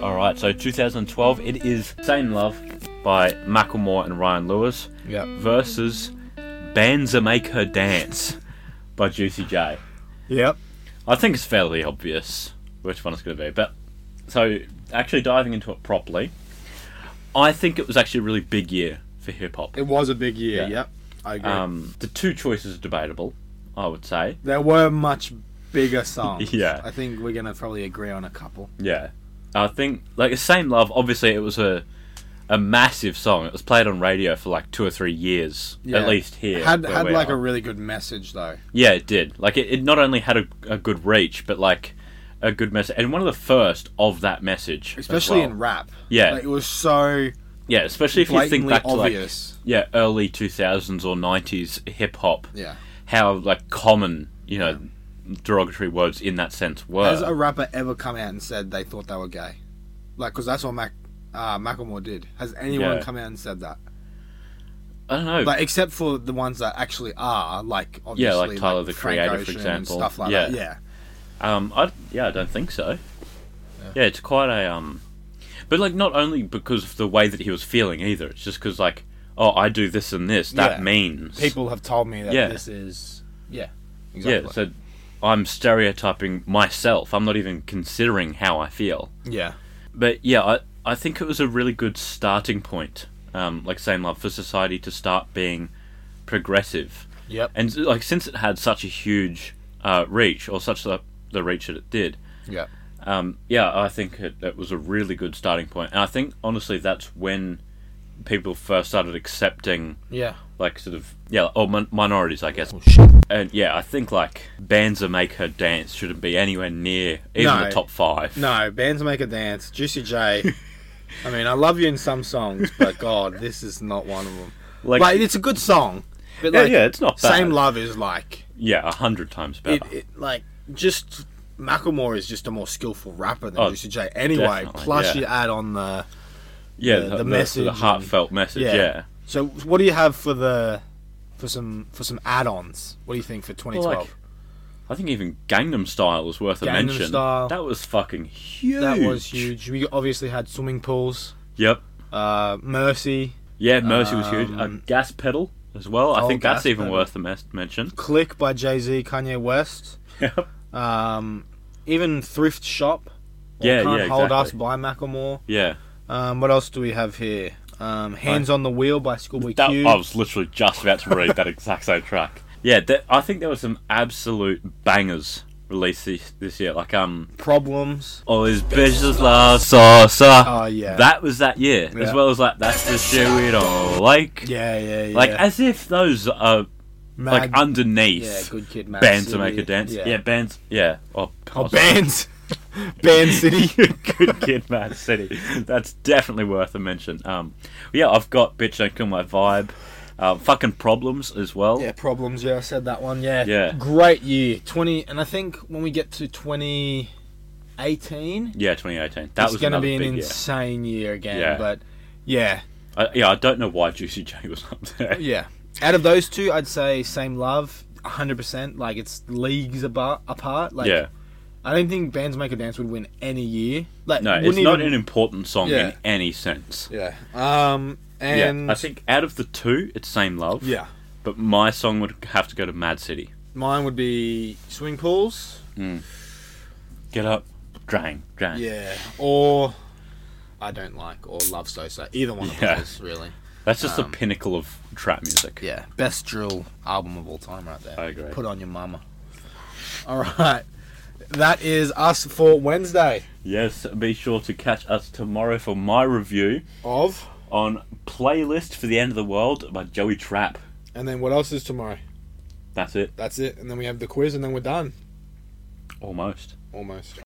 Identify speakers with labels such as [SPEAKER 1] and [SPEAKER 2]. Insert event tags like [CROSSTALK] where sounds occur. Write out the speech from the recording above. [SPEAKER 1] All right, so 2012, it is Same Love by Macklemore and Ryan Lewis
[SPEAKER 2] Yeah.
[SPEAKER 1] versus Bands That Make Her Dance by Juicy J.
[SPEAKER 2] Yep.
[SPEAKER 1] I think it's fairly obvious which one it's going to be. But so, actually diving into it properly, I think it was actually a really big year for hip hop.
[SPEAKER 2] It was a big year.
[SPEAKER 1] Yeah.
[SPEAKER 2] Yep. I agree.
[SPEAKER 1] Um, the two choices are debatable, I would say.
[SPEAKER 2] there were much bigger songs.
[SPEAKER 1] [LAUGHS] Yeah.
[SPEAKER 2] I think we're gonna probably agree on a couple.
[SPEAKER 1] Yeah, I think like "Same Love." Obviously, it was a a massive song. It was played on radio for like two or three years
[SPEAKER 2] Yeah.
[SPEAKER 1] at least here.
[SPEAKER 2] had
[SPEAKER 1] where
[SPEAKER 2] had
[SPEAKER 1] we
[SPEAKER 2] like
[SPEAKER 1] are.
[SPEAKER 2] a really good message though.
[SPEAKER 1] yeah, it did. Like it, it not only had a, a good reach, but like a good message, and one of the first of that message, as
[SPEAKER 2] Especially
[SPEAKER 1] well.
[SPEAKER 2] in rap.
[SPEAKER 1] Yeah.
[SPEAKER 2] Like, it was so
[SPEAKER 1] yeah, especially if you think
[SPEAKER 2] blatantly
[SPEAKER 1] back to like
[SPEAKER 2] obvious.
[SPEAKER 1] yeah early two thousands or nineties hip hop,
[SPEAKER 2] yeah.
[SPEAKER 1] how like common you know derogatory words in that sense were.
[SPEAKER 2] Has a rapper ever come out and said they thought they were gay? Like, because that's what Mac, uh, Macklemore did. Has anyone
[SPEAKER 1] Yeah.
[SPEAKER 2] come out and said that?
[SPEAKER 1] I don't know.
[SPEAKER 2] Like, except for the ones that actually are, like, obviously,
[SPEAKER 1] Yeah, like Tyler, the
[SPEAKER 2] Frank
[SPEAKER 1] Creator, for
[SPEAKER 2] Ocean and
[SPEAKER 1] example.
[SPEAKER 2] stuff like
[SPEAKER 1] Yeah.
[SPEAKER 2] that. Yeah,
[SPEAKER 1] Um, I yeah, I don't think so. Yeah. it's quite a um, but like not only because of the way that he was feeling either. It's just because like, oh, I do this and this. That
[SPEAKER 2] Yeah.
[SPEAKER 1] means
[SPEAKER 2] people have told me that
[SPEAKER 1] Yeah.
[SPEAKER 2] this is, yeah,
[SPEAKER 1] Yeah,
[SPEAKER 2] exactly.
[SPEAKER 1] so I'm stereotyping myself. I'm not even considering how I feel.
[SPEAKER 2] yeah,
[SPEAKER 1] But yeah, I I think it was a really good starting point. Um, like same love for society to start being progressive.
[SPEAKER 2] yep,
[SPEAKER 1] And like since it had such a huge uh, reach or such the the reach that it did,
[SPEAKER 2] yep,
[SPEAKER 1] Um, yeah, I think it, it was a really good starting point, and I think honestly that's when people first started accepting
[SPEAKER 2] yeah.
[SPEAKER 1] like sort of yeah, or min- minorities, I guess.
[SPEAKER 2] shit.
[SPEAKER 1] And yeah, I think like bands that make her dance shouldn't be anywhere near even
[SPEAKER 2] No.
[SPEAKER 1] the top five.
[SPEAKER 2] No, bands make a dance. Juicy
[SPEAKER 1] [LAUGHS]
[SPEAKER 2] J. I mean, I love you in some songs, but God, this is not one of them.
[SPEAKER 1] like,
[SPEAKER 2] like, it's a good song, but
[SPEAKER 1] yeah,
[SPEAKER 2] like,
[SPEAKER 1] yeah, it's not bad.
[SPEAKER 2] same love is like.
[SPEAKER 1] yeah, a hundred times better.
[SPEAKER 2] it, it like just Macklemore is just a more skillful rapper than
[SPEAKER 1] Oh,
[SPEAKER 2] Juicy J. Anyway,
[SPEAKER 1] definitely,
[SPEAKER 2] plus
[SPEAKER 1] yeah.
[SPEAKER 2] you add on the
[SPEAKER 1] yeah,
[SPEAKER 2] the-
[SPEAKER 1] the,
[SPEAKER 2] the
[SPEAKER 1] the- the
[SPEAKER 2] message and-
[SPEAKER 1] heartfelt message.
[SPEAKER 2] yeah.
[SPEAKER 1] Yeah,
[SPEAKER 2] So what do you have for the for some for some add-ons? What do you think for
[SPEAKER 1] Well,
[SPEAKER 2] 2012?
[SPEAKER 1] like, I think even Gangnam Style was worth a
[SPEAKER 2] Gangnam
[SPEAKER 1] mention.
[SPEAKER 2] Style.
[SPEAKER 1] That was fucking huge.
[SPEAKER 2] that was huge. We obviously had swimming pools.
[SPEAKER 1] Yep.
[SPEAKER 2] Uh, Mercy,
[SPEAKER 1] Yeah, Mercy was huge. A
[SPEAKER 2] Um,
[SPEAKER 1] gas pedal as well. I
[SPEAKER 2] Oh,
[SPEAKER 1] think that's
[SPEAKER 2] Gas
[SPEAKER 1] even
[SPEAKER 2] Pedal.
[SPEAKER 1] worth the mes-
[SPEAKER 2] [LAUGHS]
[SPEAKER 1] mention.
[SPEAKER 2] Click by Jay Z, Kanye West,
[SPEAKER 1] Yep.
[SPEAKER 2] um, even Thrift Shop. or
[SPEAKER 1] Yeah,
[SPEAKER 2] Can't
[SPEAKER 1] yeah,
[SPEAKER 2] Hold Us
[SPEAKER 1] exactly.
[SPEAKER 2] by Macklemore.
[SPEAKER 1] Yeah.
[SPEAKER 2] Um, what else do we have here? Um, Hands on the Wheel by Schoolboy
[SPEAKER 1] That,
[SPEAKER 2] Q.
[SPEAKER 1] I was literally just about to read that exact same track. Yeah, that, I think there were some absolute bangers released this, this year. Like, um,
[SPEAKER 2] Problems.
[SPEAKER 1] All His Bitches Love Salsa.
[SPEAKER 2] Oh yeah.
[SPEAKER 1] That was that year.
[SPEAKER 2] Yeah.
[SPEAKER 1] As well as, like, That's the Shit We Don't Like.
[SPEAKER 2] Yeah, yeah, yeah.
[SPEAKER 1] Like, as if those are, like,
[SPEAKER 2] Mag-
[SPEAKER 1] underneath
[SPEAKER 2] yeah, good kid, Mag
[SPEAKER 1] Bands
[SPEAKER 2] City.
[SPEAKER 1] to Make a Dance. Yeah, bands. Yeah. Oh,
[SPEAKER 2] oh, bands, [LAUGHS] band city.
[SPEAKER 1] [LAUGHS] Good Kid, Mad City. That's definitely worth a mention. Um, yeah, I've got Bitch Don't Kill My Vibe. Um, fucking Problems as well.
[SPEAKER 2] yeah, problems. Yeah, I said that one. Yeah,
[SPEAKER 1] Oh. Yeah.
[SPEAKER 2] Great year, twenty, and I think when we get to twenty eighteen,
[SPEAKER 1] Yeah, 2018. That
[SPEAKER 2] that's
[SPEAKER 1] was
[SPEAKER 2] going to
[SPEAKER 1] another
[SPEAKER 2] be an
[SPEAKER 1] big year.
[SPEAKER 2] insane year again.
[SPEAKER 1] Yeah.
[SPEAKER 2] But yeah,
[SPEAKER 1] I, yeah, I don't know why Juicy J was up there.
[SPEAKER 2] yeah. Out of those two, I'd say same love. 100% like it's leagues apart apart like
[SPEAKER 1] [LAUGHS] yeah,
[SPEAKER 2] i don't think bands make a dance would win any year like
[SPEAKER 1] no, it's
[SPEAKER 2] wouldn't
[SPEAKER 1] not
[SPEAKER 2] even-
[SPEAKER 1] an important song
[SPEAKER 2] Yeah.
[SPEAKER 1] in any sense.
[SPEAKER 2] yeah um and
[SPEAKER 1] yeah, I think out of the two, it's Same Love.
[SPEAKER 2] yeah
[SPEAKER 1] but my song would have to go to Mad City.
[SPEAKER 2] Mine would be swing pools.
[SPEAKER 1] Get up, drang, drang.
[SPEAKER 2] Yeah. Or I don't like or love Sosa. Either one
[SPEAKER 1] Yeah.
[SPEAKER 2] of those, really.
[SPEAKER 1] that's just
[SPEAKER 2] Um,
[SPEAKER 1] the pinnacle of trap music.
[SPEAKER 2] Yeah. Best drill album of all time, right there.
[SPEAKER 1] I agree.
[SPEAKER 2] Put on your mama. All right. That is us for Wednesday
[SPEAKER 1] Yes, be sure to catch us tomorrow for my review.
[SPEAKER 2] of.
[SPEAKER 1] on playlist for the end of the world by Joey Trap.
[SPEAKER 2] And then what else is tomorrow?
[SPEAKER 1] That's it,
[SPEAKER 2] That's it. And then we have the quiz, and then we're done.
[SPEAKER 1] almost.
[SPEAKER 2] Almost.